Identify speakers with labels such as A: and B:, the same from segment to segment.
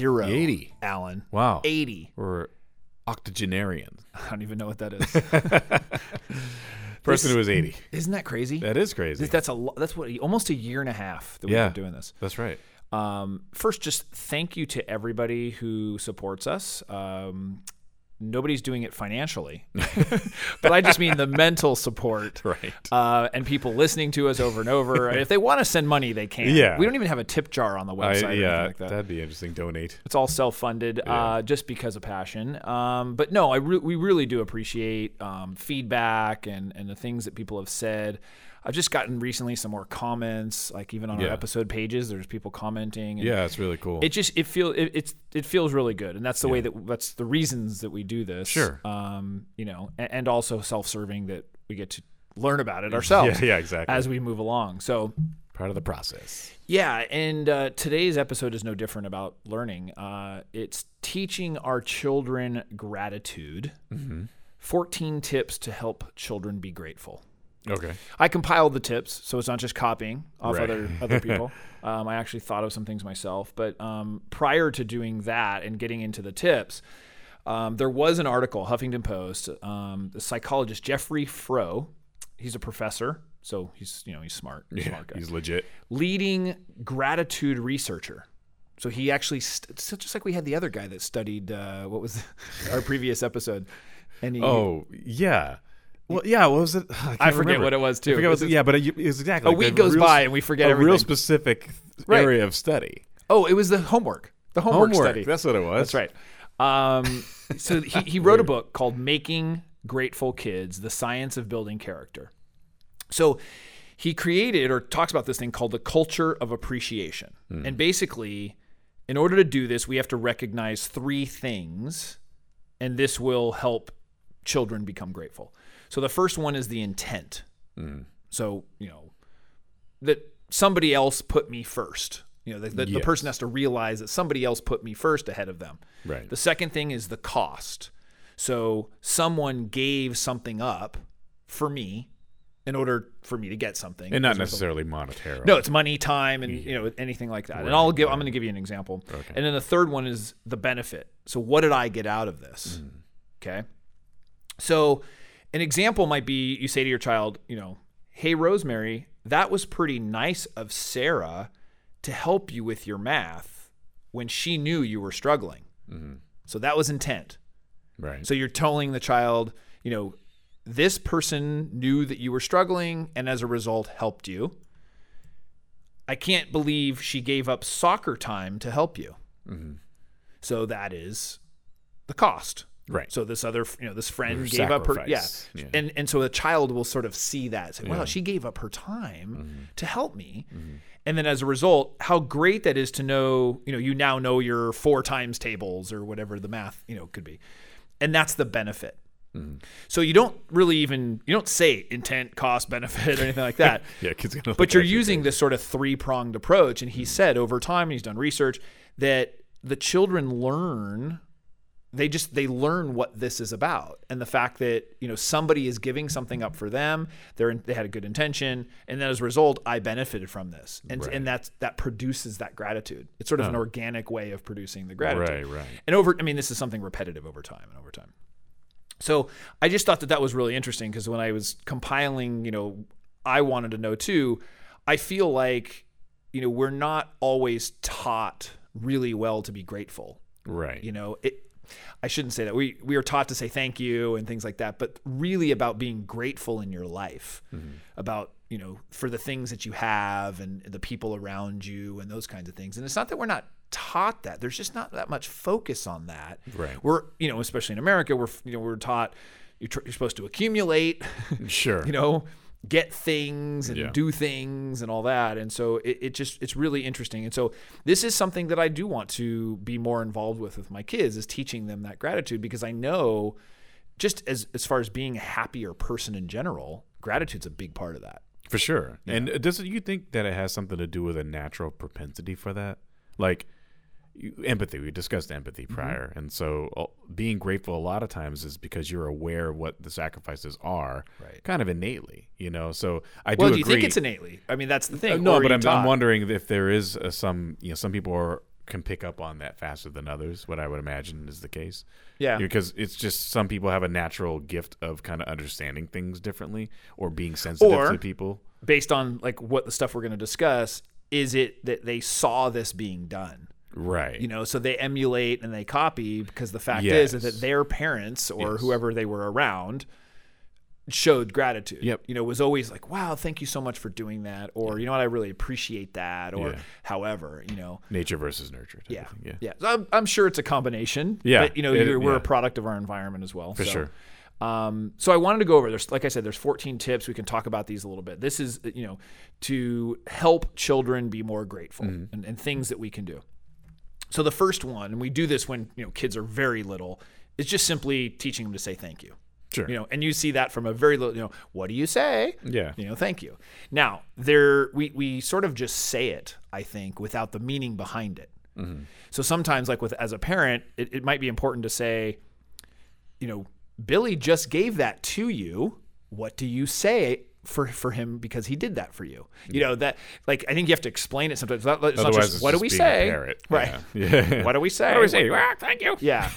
A: 80.
B: Alan.
A: Wow.
B: 80.
A: We're octogenarians.
B: I don't even know what that is.
A: Person who is 80.
B: Isn't that crazy?
A: That is crazy.
B: Th- that's a lo- that's what almost a year and a half that we've
A: Yeah.
B: been doing this.
A: That's right.
B: Um, first, just thank you to everybody who supports us. Um, nobody's doing it financially, but I just mean the mental support,
A: Right.
B: Uh, and people listening to us over and over. if they want to send money, they can.
A: Yeah.
B: we don't even have a tip jar on the
A: I-
B: website. or anything
A: yeah,
B: like that.
A: would be interesting. Donate.
B: It's all self-funded, uh, just because of passion. Um, but no, I re- we really do appreciate um, feedback and and the things that people have said. I've just gotten recently some more comments, like even on our
A: Yeah.
B: episode pages. There's people commenting. And
A: Yeah, it's really cool.
B: It just it feel it, it's it feels really good, and that's the way that that's the reasons that we do this.
A: Sure.
B: Um, you know, and, and also self-serving that we get to learn about it ourselves.
A: Yeah, yeah, exactly.
B: As we move along, so
A: Part of the process.
B: yeah, and uh, today's episode is no different about learning. Uh, it's teaching our children gratitude. 14 tips to help children be grateful.
A: Okay.
B: I compiled the tips, so it's not just copying off
A: Right.
B: other other people. um, I actually thought of some things myself, but um, prior to doing that and getting into the tips, um, there was an article, Huffington Post. Um, the psychologist Jeffrey Froh, he's a professor, so he's you know he's smart, smart guy
A: He's legit.
B: leading gratitude researcher. So he actually, st- so just like we had the other guy that studied uh, what was our previous episode, and he,
A: Oh, yeah. Well, yeah. What was it? I, can't
B: forget
A: remember.
B: what it was, too.
A: I forget what
B: It's
A: the-
B: just-
A: yeah, but it, it's exactly.
B: A week goes by and we forget
A: a
B: everything.
A: real specific
B: Right.
A: area of study.
B: oh, it was the homework, the homework,
A: Homework.
B: study.
A: That's what it was.
B: That's right. Um, so he, he wrote a book called Making Grateful Kids The Science of Building Character. So he created or talks about this thing called the culture of appreciation.
A: Hmm.
B: And basically, in order to do this, we have to recognize three things, and this will help children become grateful. So the first one is the intent.
A: Mm.
B: So, you know, that somebody else put me first. You know, the, the, the
A: Yes.
B: person has to realize that somebody else put me first ahead of them.
A: Right.
B: The second thing is the cost. So someone gave something up for me in order for me to get something.
A: And not necessarily monetary.
B: no, it's money, time, and you know anything like that. And I'll give. I'm going to give you an example. And then the third one is the benefit. So what did I get out of this? Okay. So an example might be you say to your child, you know, hey, Rosemary, that was pretty nice of Sarah to help you with your math when she knew you were struggling. So that was intent.
A: Right.
B: So you're telling the child, you know, this person knew that you were struggling and as a result helped you. I can't believe she gave up soccer time to help you. So that is the cost.
A: Right.
B: So this other, you know, this friend
A: Her
B: gave up her, yeah.
A: sacrifice. Yeah.
B: and and so the child will sort of see that, say, "Wow, she gave up her time
A: Mm-hmm.
B: to help me," and then as a result, how great that is to know, you know, you now know your four times tables or whatever the math, you know, could be, and that's the benefit.
A: Mm-hmm.
B: So you don't really even you don't say intent, cost, benefit, or anything like that.
A: yeah, kids gonna
B: But you're using this sort of three pronged approach. And
A: Mm-hmm.
B: he said over time, and he's done research, that the children learn they just they learn what this is about and the fact that you know somebody is giving something up for them they're in, they had a good intention and then as a result i benefited from this and and that's that produces that gratitude it's sort of an organic way of producing the gratitude
A: Oh. Right, right.
B: and over i mean this is something repetitive over time and over time so I just thought that that was really interesting because when I was compiling, you know, I wanted to know too. I feel like, you know, we're not always taught really well to be grateful.
A: right.
B: You know, it. I shouldn't say that. We we are taught to say thank you and things like that, but really about being grateful in your life,
A: Mm-hmm.
B: about you know for the things that you have and the people around you and those kinds of things. And it's not that we're not taught that. There's just not that much focus on that.
A: Right.
B: We're you know especially in America, we're you know we're taught you're, tr- you're supposed to accumulate,
A: Sure.
B: you know, get things and
A: Yeah.
B: do things and all that. And so it, it just it's really interesting. And so this is something that I do want to be more involved with with my kids is teaching them that gratitude because I know just as as far as being a happier person in general, gratitude's a big part of that.
A: For sure. And doesn't you think that it has something to do with a natural propensity for that? Like you, empathy. We discussed empathy
B: Mm-hmm.
A: prior, and so uh, being grateful a lot of times is because you're aware of what the sacrifices are,
B: Right.
A: kind of innately. You know. So I
B: Well, do,
A: do
B: you
A: agree.
B: think it's innately? I mean, that's the thing.
A: Uh, no,
B: Or
A: but
B: you
A: I'm, I'm
B: taught.
A: wondering if there is uh some. You know, some people are can pick up on that faster than others. What I would imagine is the case.
B: Yeah.
A: Because it's just some people have a natural gift of kind of understanding things differently or being sensitive
B: Or-
A: to people.
B: based on like what the stuff we're going to discuss is it that they saw this being done
A: Right.
B: you know so they emulate and they copy because the fact is
A: Yes.
B: that their parents or whoever they were around showed gratitude
A: Yep.
B: you know was always like wow thank you so much for doing that or you know what i really appreciate that or
A: Yeah.
B: however you know
A: nature versus nurture. Type
B: yeah
A: of thing. yeah,
B: yeah so I'm, I'm sure it's a combination
A: Yeah,
B: but you know
A: it-
B: you're, we're
A: yeah.
B: a product of our environment as well
A: for sure.
B: um, so I wanted to go over. There's, like I said, there's 14 tips. We can talk about these a little bit. This is, you know, to help children be more grateful
A: Mm-hmm.
B: and, and things that we can do. So the first one, and we do this when you know kids are very little, is just simply teaching them to say thank you.
A: Sure.
B: You know, and you see that from a very little. You know, what do you say?
A: Yeah.
B: You know, thank you. Now there, we we sort of just say it, I think, without the meaning behind it.
A: Mm-hmm.
B: So sometimes, like with as a parent, it, it might be important to say, you know, Billy just gave that to you. What do you say for for him because he did that for you? You know that like I think you have to explain it sometimes. It's not, it's not
A: Otherwise,
B: just,
A: it's
B: what do
A: just
B: we
A: being a
B: say?
A: parrot.
B: Right.
A: Yeah. Yeah.
B: What do we say?
A: What do we say? Ah, thank you.
B: Yeah.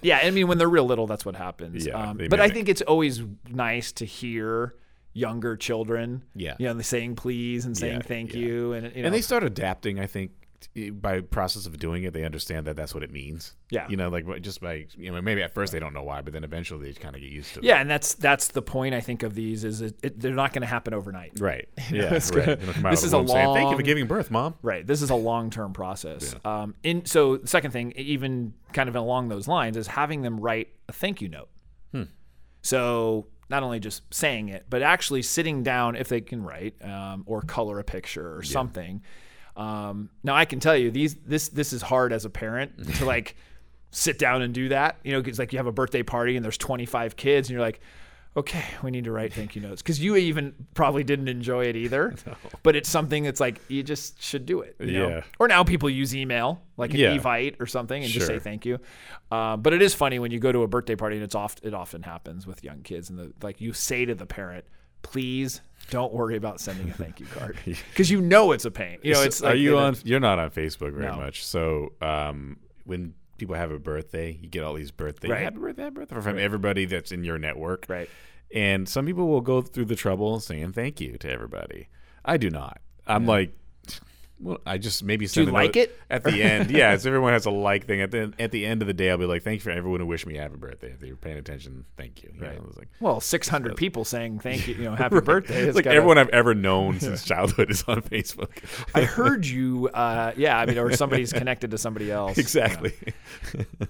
B: yeah. I mean, when they're real little, that's what happens.
A: Yeah,
B: um,
A: they
B: but I
A: mimic.
B: think it's always nice to hear younger children,
A: Yeah.
B: you know, the saying please and saying
A: Yeah,
B: thank
A: yeah.
B: you. And, you know,
A: And they start adapting. I think t- by process of doing it, they understand that that's what it means.
B: Yeah.
A: You know, like but just by you know maybe at first they don't know why, but then eventually they kind of get used to. it.
B: yeah. And that's, that's the point I think of these is it, it, they're not going to happen overnight.
A: Right. Yeah.
B: it's
A: right.
B: gonna-
A: They don't come out
B: this
A: of the
B: is a
A: womb saying, Thank you for
B: long-
A: giving birth, mom.
B: Right. This is a long term process. Um, in so the second thing, even kind of along those lines, is having them write a thank you note. So not only just saying it, but actually sitting down if they can write um, or color a picture or something. Um, now I can tell you these this this is hard as a parent to like sit down and do that. You know, 'cause, like you have a birthday party and there's 25 kids and you're like. Okay, we need to write thank you notes because you even probably didn't enjoy it either. But it's something that's like you just should do it. you know?
A: Yeah.
B: Or now people use email, like an
A: Yeah.
B: Evite or something, and just say
A: Sure.
B: thank you. Uh, but it is funny when you go to a birthday party, and it's oft it often happens with young kids, and the, like you say to the parent, "Please don't worry about sending a thank you card," because you know it's a pain. You know,
A: So
B: it's like,
A: are you
B: they-
A: on? You're not on Facebook very
B: No.
A: much. So um, when people have a birthday, you get all these birthday
B: Right.
A: happy birthday, happy birthday from everybody that's in your network.
B: Right.
A: And some people will go through the trouble of saying thank you to everybody. I do not. I'm like. Well, I just maybe send
B: you
A: a note
B: like it?
A: at the end. Yeah, so everyone has a like thing at the at the end of the day. I'll be like, thank you for everyone who wished me happy birthday. If you're paying attention, thank you. you right. know, it's like,
B: Well, six hundred people saying thank you, you know, happy birthday.
A: it's Uh, like
B: gotta-
A: everyone I've ever known since childhood is on Facebook.
B: I heard you. Uh, yeah, I mean, or somebody's connected to somebody else.
A: exactly.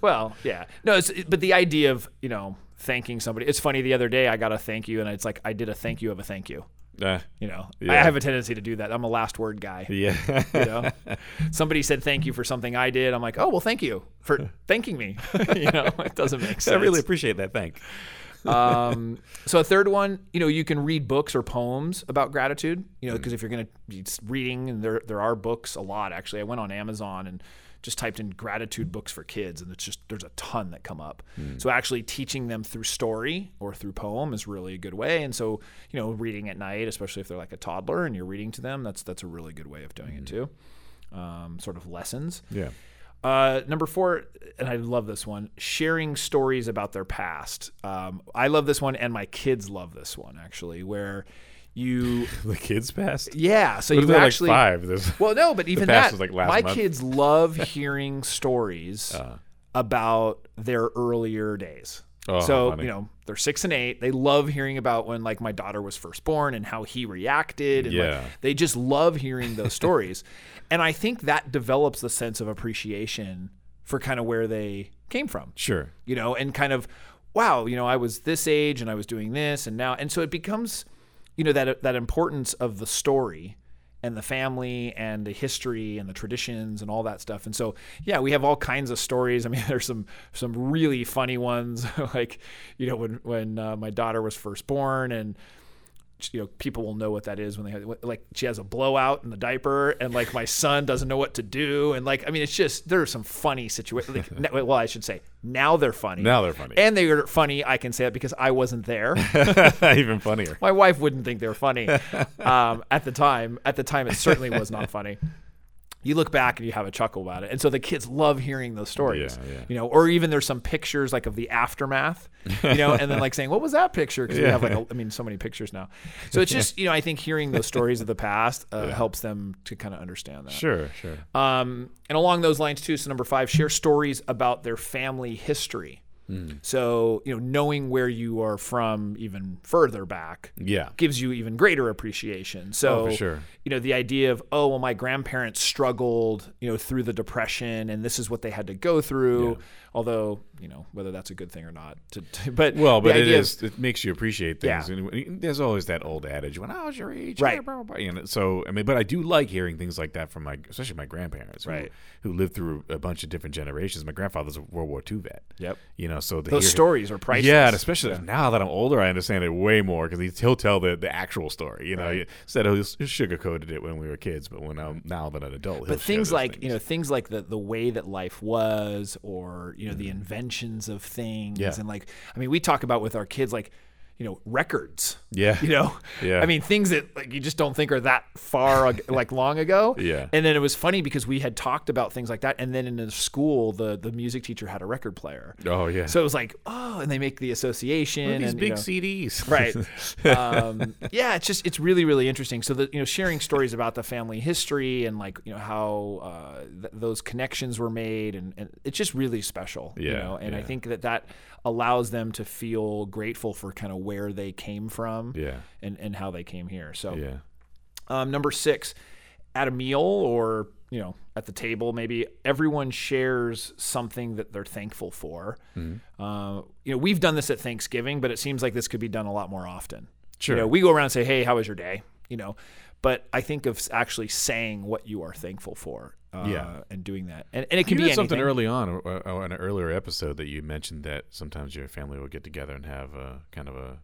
B: Well, yeah. No, it's, but the idea of, you know, thanking somebody. It's funny the other day I got a thank you and it's like I did a thank you of a thank you.
A: Uh,
B: You know, I
A: Yeah.
B: have a tendency to do that. I'm a last word guy.
A: yeah.
B: You know, somebody said thank you for something I did. I'm like, oh well, thank you for thanking me. you know, it doesn't make sense.
A: I really appreciate that. Thank.
B: um, so a third one, you know, you can read books or poems about gratitude. You know, because if you're going to be s- reading, and there there are books a lot actually. I went on Amazon and just typed in gratitude books for kids, and it's just there's a ton that come up. So actually teaching them through story or through poem is really a good way. And so you know, reading at night, especially if they're like a toddler and you're reading to them, that's that's a really good way of doing it too. Um, sort of lessons.
A: Yeah.
B: Uh, number four, and I love this one: sharing stories about their past. Um, I love this one, and my kids love this one actually. Where you,
A: The kids passed.
B: yeah, so you
A: They're
B: actually,
A: like five. There's,
B: well, no, but even that,
A: past was, like, last
B: my
A: month. Uh.
B: kids love hearing stories about their earlier days.
A: Oh, how
B: so
A: funny.
B: you know they're six and eight. They love hearing about when like my daughter was first born and how he reacted. And like,
A: Yeah.
B: they just love hearing those stories, and I think that develops the sense of appreciation for kind of where they came from
A: sure.
B: you know, and kind of, wow, you know, I was this age and I was doing this and now, and so it becomes, you you know that that importance of the story and the family and the history and the traditions and all that stuff. And so, yeah, we have all kinds of stories. I mean, there's some some really funny ones, like you know when when uh, my daughter was first born and you know people will know what that is when they have, like she has a blowout in the diaper and like my son doesn't know what to do and like I mean it's just there are some funny situations. Like, n- well, I should say now they're funny.
A: Now they're funny.
B: And they are funny. I can say that because I wasn't there.
A: Even funnier.
B: My wife wouldn't think they were funny um, at the time. At the time, it certainly was not funny. You look back and you have a chuckle about it, and so the kids love hearing those stories.
A: Yeah, yeah.
B: You know, or even there's some pictures like of the aftermath. You know, and then like saying, "What was that picture?" Because we have like, a, I mean, so many pictures now. So it's just you know, I think hearing those stories of the past uh, helps them to kind of understand that.
A: Sure, sure.
B: Um, and along those lines too, so number five, share stories about their family history.
A: Hmm.
B: So you know, knowing where you are from even further back
A: Yeah.
B: gives you even greater appreciation. So
A: Oh, for sure.
B: you know, the idea of oh well, my grandparents struggled you know through the depression, and this is what they had to go through. Although you know whether that's a good thing or not, to, to- but
A: Well,
B: the
A: but it
B: idea of-
A: is. it makes you appreciate
B: Yeah.
A: things. And there's always that old adage when I was your age,
B: Right.
A: yeah, Blah, blah, blah. You know, so I mean, but I do like hearing things like that from my, especially my grandparents, who-
B: Right.
A: Who, lived through a bunch of different generations. My grandfather's a World War II vet.
B: Yep.
A: You know, so to
B: those
A: hear-
B: stories are priceless.
A: Yeah, and especially now that I'm older, I understand it way more because he'll tell the, the actual story. You know, instead of he sugarcoated it when we were kids, but when I'm now that I'm an adult, he'll
B: but
A: share
B: things
A: those
B: like
A: things.
B: you know things like the the way that life was or you know the inventions of things
A: Mm-hmm. Yeah.
B: and like i mean we talk about with our kids like you know records
A: Yeah.
B: you know
A: Yeah.
B: i mean things that like you just don't think are that far ag- like long ago
A: Yeah.
B: and then it was funny because we had talked about things like that and then in the school the the music teacher had a record player
A: oh yeah,
B: so it was like oh and they make the association
A: Look at these
B: and, you
A: big
B: know,
A: CDs,
B: right um, yeah it's just it's really really interesting so the you know sharing stories about the family history and like you know how uh, th- those connections were made and, and it's just really special you
A: Yeah,
B: know and i
A: yeah.
B: think that that allows them to feel grateful for kind of where they came from
A: yeah,
B: and and how they came here so
A: yeah.
B: um, number six at a meal or you know at the table maybe everyone shares something that they're thankful for
A: Mm-hmm.
B: Uh, you know we've done this at thanksgiving but it seems like this could be done a lot more often
A: Sure.
B: you know we go around and say hey how was your day you know but i think of actually saying what you are thankful for uh,
A: Yeah.
B: and doing that and, and it can
A: you
B: be
A: did something
B: anything.
A: early on or, or, or in an earlier episode that you mentioned that sometimes your family will get together and have a kind of a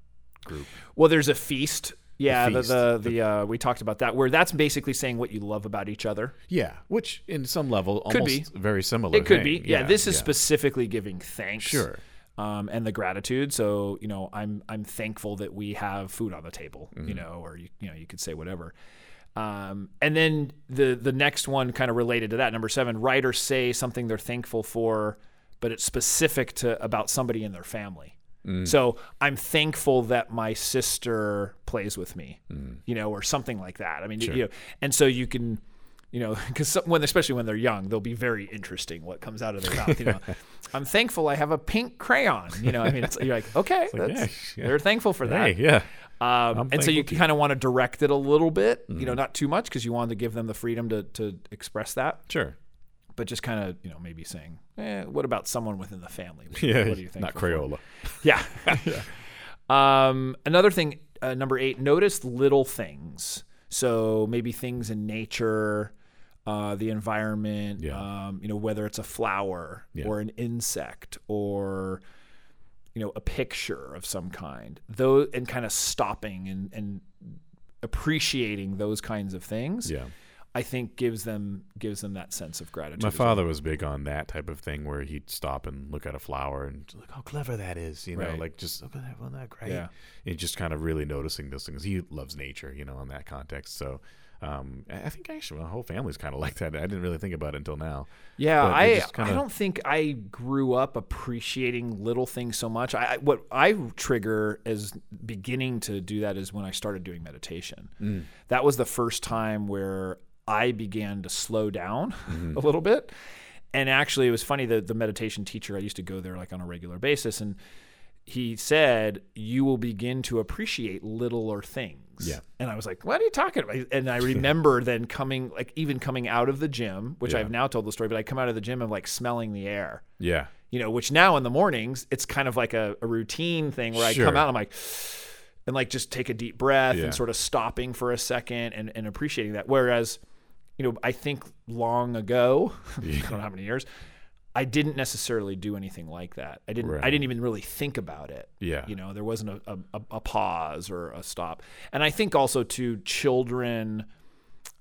A: group.
B: Well, there's a feast. Yeah,
A: feast.
B: the the, the uh, we talked about that where that's basically saying what you love about each other.
A: Yeah, which in some level
B: Could be.
A: almost very similar.
B: It could be.
A: thing.
B: Yeah, this is
A: yeah.
B: specifically giving thanks.
A: Sure.
B: Um, and the gratitude. So you know, I'm I'm thankful that we have food on the table. You
A: Mm-hmm.
B: know, or you, you know, you could say whatever. Um, and then the the next one, kind of related to that, number seven, write or say something they're thankful for, but it's specific to about somebody in their family.
A: Mm.
B: So I'm thankful that my sister plays with me,
A: Mm.
B: you know, or something like that. I mean, you know, and so you can you know, because when especially when they're young, they'll be very interesting what comes out of their mouth. You know, I'm thankful I have a pink crayon. You know, I mean, it's, you're like, okay, that's,
A: yeah, yeah.
B: they're thankful for that.
A: Hey, yeah.
B: um, and so
A: thankful Mm-hmm.
B: you
A: too.
B: kind of want to direct it a little bit. You know, not too much because you want to give them the freedom to to express that,
A: Sure.
B: but just kind of you know maybe saying, eh, what about someone within the family? What,
A: Yeah.
B: what do you think?
A: Not Crayola.
B: Yeah. Um, another thing, uh, number eight, notice little things. So maybe things in nature, uh, the environment,
A: Yeah.
B: um, you know, whether it's a flower or an insect or, you know, a picture of some kind, those and kind of stopping and, and appreciating those kinds of things.
A: Yeah.
B: I think gives them gives them that sense of gratitude.
A: My
B: as well.
A: father was big on that type of thing where he'd stop and look at a flower and just like how clever that is, you know,
B: Right.
A: like just look at that, wasn't that great?
B: Yeah.
A: And just kind of really noticing those things. He loves nature, you know, in that context. So um, I I think actually my whole family's kind of like that. I didn't really think about it until now.
B: Yeah,
A: But they
B: I
A: just kinda-
B: I don't think I grew up appreciating little things so much. I I- what I trigger as beginning to do that is when I started doing meditation.
A: Mm.
B: That was the first time where I began to slow down
A: Mm-hmm.
B: a little bit. And actually, it was funny the the meditation teacher I used to go there like on a regular basis, and he said you will begin to appreciate littler things.
A: Yeah.
B: And I was like, what are you talking about? And I remember then coming, like even coming out of the gym, which I've now told the story, but I come out of the gym and like smelling the air,
A: Yeah.
B: you know, which now in the mornings, it's kind of like a, a routine thing where I
A: Sure.
B: come out, I'm like, and like just take a deep breath
A: Yeah.
B: and sort of stopping for a second and, and appreciating that. Whereas, you know, I think long ago, I don't know how many years, I didn't necessarily do anything like that. I didn't.
A: Right.
B: I didn't even really think about it.
A: Yeah.
B: You know, there wasn't a, a, a pause or a stop. And I think also to children,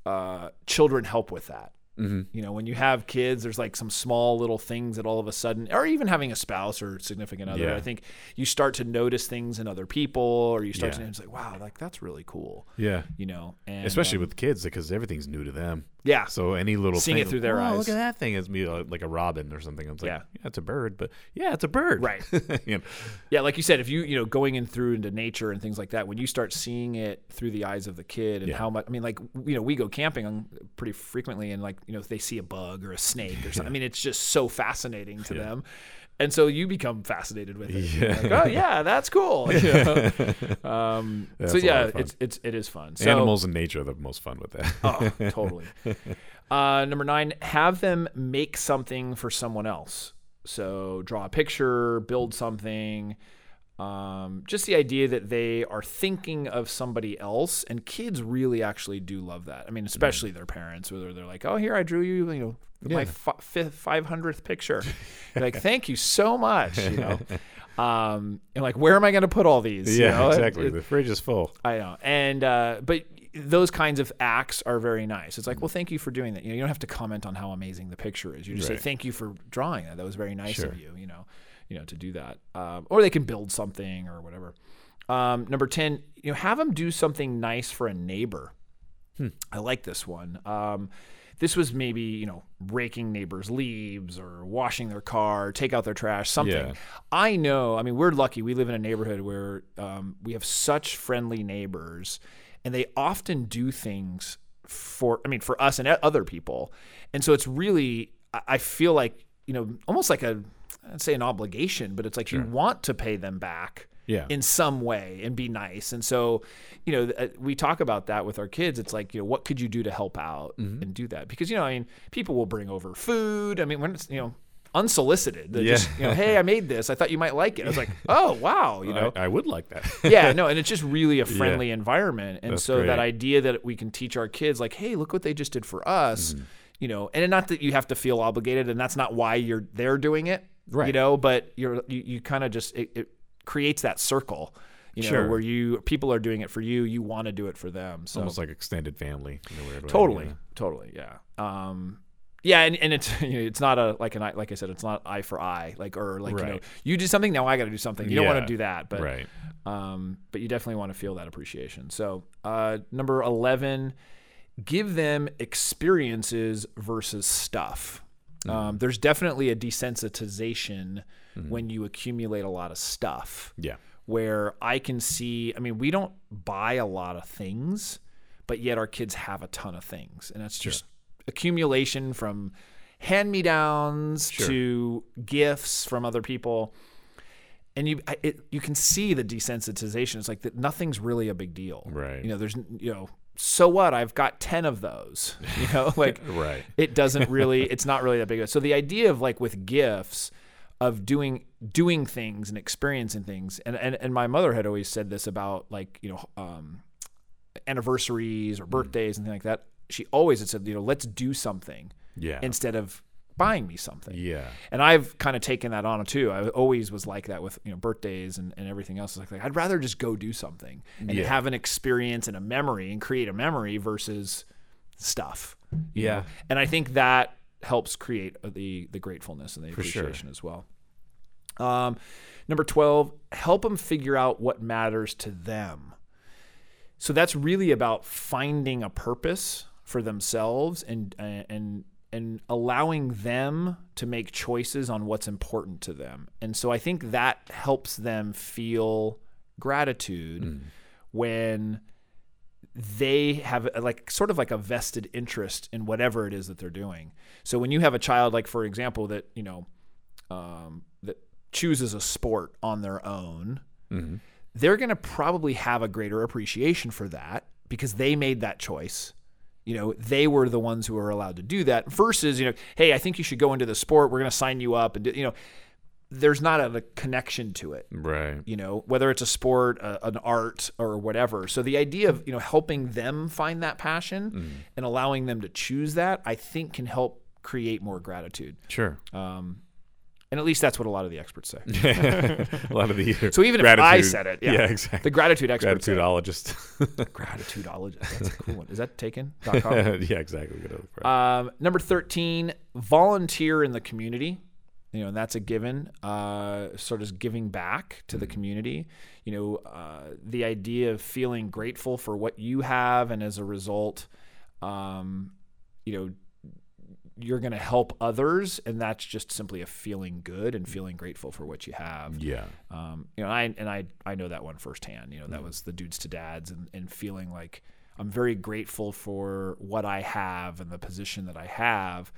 B: uh, children help with that.
A: Mm-hmm.
B: You know, when you have kids, there's like some small little things that all of a sudden, or even having a spouse or significant other,
A: Yeah.
B: I think you start to notice things in other people, or you start to
A: Yeah.
B: notice like, wow, like that's really cool.
A: Yeah.
B: You know, and
A: Especially
B: um,
A: with kids because everything's new to them.
B: yeah,
A: So any little
B: Seeing
A: thing,
B: it through their
A: "Wow,
B: eyes."
A: Look at that thing as me uh, like a robin or something. I was like, yeah.
B: Yeah.
A: it's a bird, but yeah, it's a bird.
B: Right.
A: You know,
B: yeah, like you said, if you you know going in through into nature and things like that, when you start seeing it through the eyes of the kid and
A: Yeah.
B: how much, I mean, like you know, we go camping on pretty frequently, and like you know, if they see a bug or a snake or something, I mean, it's just so fascinating to them. And so you become fascinated with it. You're
A: Yeah.
B: Like, oh yeah, that's cool. you know? um,
A: That's
B: so
A: a lot
B: yeah,
A: of fun.
B: it's it's it is fun. So,
A: Animals and nature are the most fun with that.
B: Oh, totally. Uh, number nine, have them make something for someone else. So draw a picture, build something. Um, just the idea that they are thinking of somebody else, and kids really actually do love that. I
A: Mm.
B: mean, especially their parents, whether they're like, "Oh, here I drew you, you know, my fi- fifth, five hundredth picture." You're like, thank you so much. You know, um, and like, where am I going to put all these?
A: yeah,
B: you know?
A: exactly. the fridge is full.
B: I know. And uh, but those kinds of acts are very nice. It's like, well, thank you for doing that. You know, you don't have to comment on how amazing the picture is. You just
A: Right.
B: say, thank you for drawing that. That was very nice
A: Sure.
B: of you. You know, you know, to do that. Um, or they can build something or whatever. Um, number ten, you know, have them do something nice for a neighbor.
A: Hmm.
B: I like this one. Um, this was maybe you know raking neighbors' leaves or washing their car, take out their trash, something.
A: Yeah.
B: I know. I mean, we're lucky. We live in a neighborhood where um, we have such friendly neighbors, and they often do things for. I mean, for us and e, other people, and so it's really. I- I feel like you know, almost like a, I'd say an obligation, but it's like you want to pay them back
A: Yeah.
B: in some way and be nice. And so, you know, th- uh, we talk about that with our kids. It's like, you know, what could you do to help out and do that? Because, you know, I mean, people will bring over food. I mean, when it's, you know, unsolicited, they're
A: Yeah.
B: just, you know, hey, I made this. I thought you might like it. I was like, oh, wow, you know.
A: I, I would like that.
B: yeah, no, and it's just really a friendly environment. And
A: That's
B: so
A: great.
B: that idea that we can teach our kids like, hey, look what they just did for us,
A: Mm-hmm.
B: you know, and not that you have to feel obligated and that's not why you're they're doing it,
A: Right.
B: you know, but you're you, you kind of just it, it creates that circle, you know,
A: Sure.
B: where you people are doing it for you, you want to do it for them. So
A: Almost like extended family. In a weird way,
B: totally
A: you know?
B: totally yeah um yeah and, and it's you know, it's not a like an eye like i said it's not eye for eye like or like you know
A: Right.
B: you do something now i gotta do something you don't
A: Yeah.
B: want to do that but
A: Right.
B: um but you definitely want to feel that appreciation so uh number 11 give them experiences versus stuff um, there's definitely a desensitization when you accumulate a lot of stuff
A: Yeah.
B: where I can see. I mean, we don't buy a lot of things, but yet our kids have a ton of things, and that's just accumulation from hand me downs to gifts from other people. And you, I- it, you can see the desensitization. It's like that nothing's really a big deal,
A: Right.
B: You know, there's, you know, so what? I've got ten of those. You know, like
A: Right.
B: it doesn't really it's not really that big of a so the idea of like with gifts of doing doing things and experiencing things and and, and my mother had always said this about like you know um anniversaries or
A: Mm.
B: birthdays and things like that she always had said you know let's do something
A: Yeah.
B: instead of buying me something
A: yeah.
B: and I've kind of taken that on too. I always was like that with you know birthdays and, and everything else. It's like I'd rather just go do something and
A: Yeah.
B: have an experience and a memory and create a memory versus stuff. you
A: Yeah.
B: and I think that helps create the the gratefulness and the
A: sure.
B: appreciation as well. Um, number twelve, help them figure out what matters to them. So that's really about finding a purpose for themselves and uh, and and allowing them to make choices on what's important to them. And so I think that helps them feel gratitude when they have uh, like sort of like a vested interest in whatever it is that they're doing. So when you have a child like for example that, you know, um, that chooses a sport on their own, they're going to probably have a greater appreciation for that because they made that choice. You know, they were the ones who were allowed to do that versus, you know, hey, I think you should go into the sport. We're going to sign you up and, do, you know, there's not a, a connection to it
A: Right.
B: you know whether it's a sport a, an art or whatever so the idea of you know helping them find that passion and allowing them to choose that i think can help create more gratitude
A: Sure.
B: Uh, and at least that's what a lot of the experts say
A: a lot of the
B: so even if i said it yeah,
A: exactly.
B: the gratitude experts say it.
A: Gratitudeologist.
B: gratitudeologist that's a cool one is that taken Dot com?
A: yeah, exactly. Good old phrase.
B: Um, number 13, volunteer in the community. You know, and that's a given. Uh, sort of giving back to the community. You know, uh, the idea of feeling grateful for what you have, and as a result, um, you know, you're going to help others, and that's just simply a feeling good and feeling grateful for what you have
A: yeah.
B: um, you know, I and I I know that one firsthand. You know, that was the dudes to dads, and and feeling like I'm very grateful for what I have and the position that I have,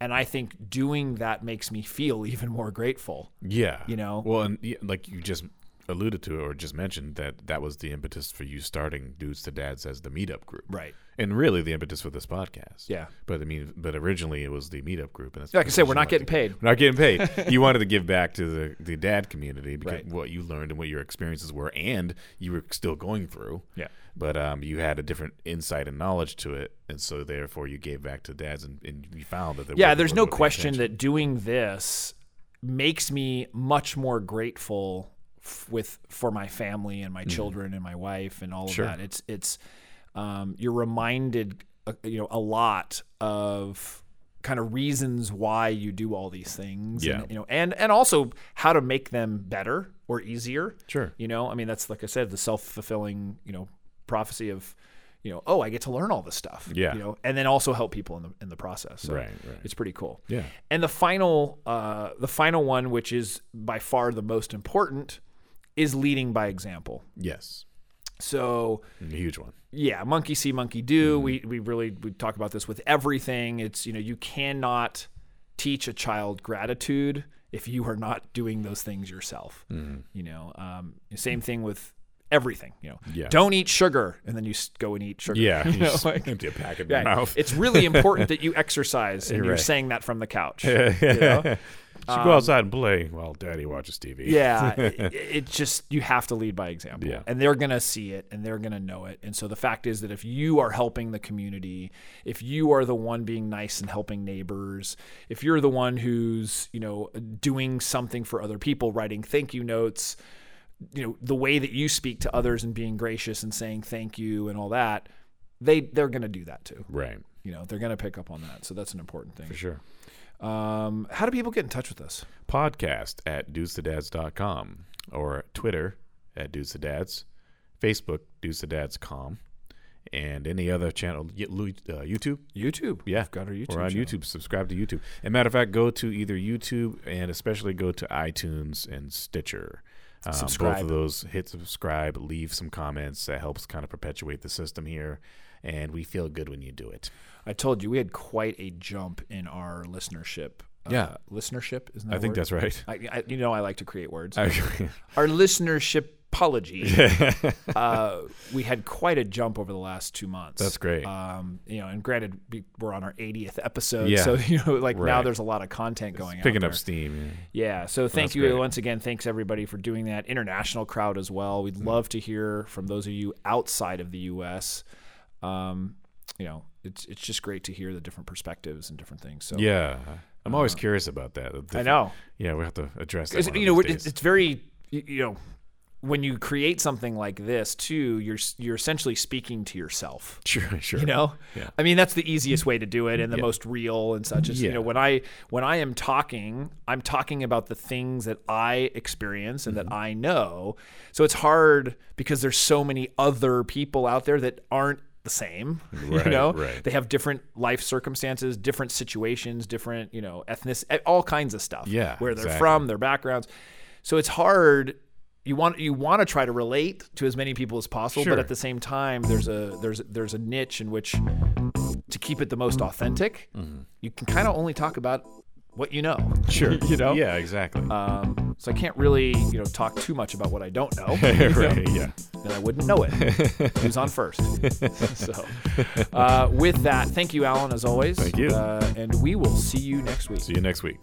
B: and I think doing that makes me feel even more grateful.
A: Yeah.
B: You know?
A: Well, and yeah, like you just alluded to or just mentioned that that was the impetus for you starting Dudes to Dads as the meetup group.
B: Right.
A: And really the impetus for this podcast.
B: Yeah.
A: But I mean, but originally it was the meetup group. And that's
B: Like I said,
A: because
B: we're
A: you
B: not
A: wanted to
B: getting paid.
A: We're not getting paid. you wanted to give back to the, the dad community because
B: Right.
A: what you learned and what your experiences were, and you were still going through.
B: Yeah.
A: But um, you had a different insight and knowledge to it, and so therefore you gave back to dads, and, and you found that there
B: Yeah,
A: were-
B: there's
A: were
B: no
A: moving
B: question
A: intentions.
B: that doing this makes me much more grateful f- with for my family and my children and my wife and all
A: Mm-hmm. Sure.
B: of that. It's it's um, you're reminded uh, you know a lot of kind of reasons why you do all these things
A: Yeah.
B: and, you know and and also how to make them better or easier
A: Sure.
B: you know i mean that's like i said the self-fulfilling you know prophecy of you know oh i get to learn all this stuff
A: Yeah.
B: you know and then also help people in the in the process so
A: Right, right.
B: it's pretty cool.
A: Yeah.
B: And the final, uh, the final one, which is by far the most important, is leading by example.
A: Yes.
B: So
A: A huge one.
B: yeah, monkey see, monkey do.
A: Mm-hmm.
B: We we really we talk about this with everything. It's you know you cannot teach a child gratitude if you are not doing those things yourself.
A: Mm-hmm.
B: You know, um, same thing with everything. You know,
A: Yeah.
B: don't eat sugar, and then you s- go and eat sugar.
A: Yeah,
B: You know,
A: just
B: like-
A: empty a pack in
B: yeah,
A: your mouth.
B: It's really important that you exercise, and you're
A: right.
B: saying that from the couch.
A: Should go outside and play while Daddy watches TV.
B: um, Yeah, it, it just you have to lead by example,
A: Yeah.
B: and they're gonna see it and they're gonna know it. And so the fact is that if you are helping the community, if you are the one being nice and helping neighbors, if you're the one who's you know doing something for other people, writing thank you notes, you know the way that you speak to others and being gracious and saying thank you and all that, they they're gonna do that too.
A: Right.
B: You know they're gonna pick up on that. So that's an important thing.
A: For sure.
B: Um, how do people get in touch with us?
A: Podcast at dudesadads.com or Twitter at dudesadads, Facebook dudesadads.com, and any other channel, y- Lu- uh, YouTube.
B: YouTube.
A: Yeah,
B: We've got our YouTube.
A: We're on
B: channel.
A: YouTube. Subscribe to YouTube. And matter of fact, go to either YouTube and especially go to iTunes and Stitcher. Um, Both
B: Subscribe.
A: of those. Hit subscribe. Leave some comments. That helps kind of perpetuate the system here, and we feel good when you do it.
B: I told you we had quite a jump in our listenership. Uh,
A: Yeah.
B: listenership isn't that
A: I think that's right.
B: that's. I, I, you know, I like to create words.
A: I-
B: our listenership apology. uh, we had quite a jump over the last two months.
A: That's great.
B: Um, you know, and granted, we- we're on our 80th episode,
A: Yeah.
B: so you know, like now
A: Right.
B: there's a lot of content going out
A: Picking
B: there.
A: up steam.
B: Yeah. So thank
A: that's
B: you
A: great.
B: once again. Thanks everybody for doing that. International crowd as well. We'd
A: Hmm.
B: love to hear from those of you outside of the U.S. Um, you know, it's it's just great to hear the different perspectives and different things. So
A: Yeah. I'm always curious about that.
B: Uh, I know.
A: Yeah, we have to address that.
B: It's,
A: one of
B: you know,
A: these
B: it's,
A: days.
B: it's very y- you know when you create something like this too, you're s- you're essentially speaking to yourself.
A: sure, sure.
B: you know
A: Yeah.
B: i mean that's the easiest way to do it and the most real and such is you
A: Yeah.
B: know when i when i am talking i'm talking about the things that i experience and that
A: Mm-hmm.
B: i know so it's hard because there's so many other people out there that aren't the same
A: Right,
B: you know
A: right.
B: they have different life circumstances different situations different you know ethnic all kinds of stuff
A: Yeah,
B: where they're
A: exactly.
B: from their backgrounds so it's hard you want you want to try to relate to as many people as possible
A: Sure.
B: but at the same time there's a there's there's a niche in which to keep it the most authentic
A: Mm-hmm.
B: you can kind of only talk about what you know
A: Sure.
B: you know
A: Yeah, exactly.
B: um, so i can't really you know talk too much about what i don't know
A: right. Yeah.
B: then i wouldn't know it who's on first so uh, with that thank you alan as always
A: Thank you.
B: uh, and we will see you next week
A: See you next week.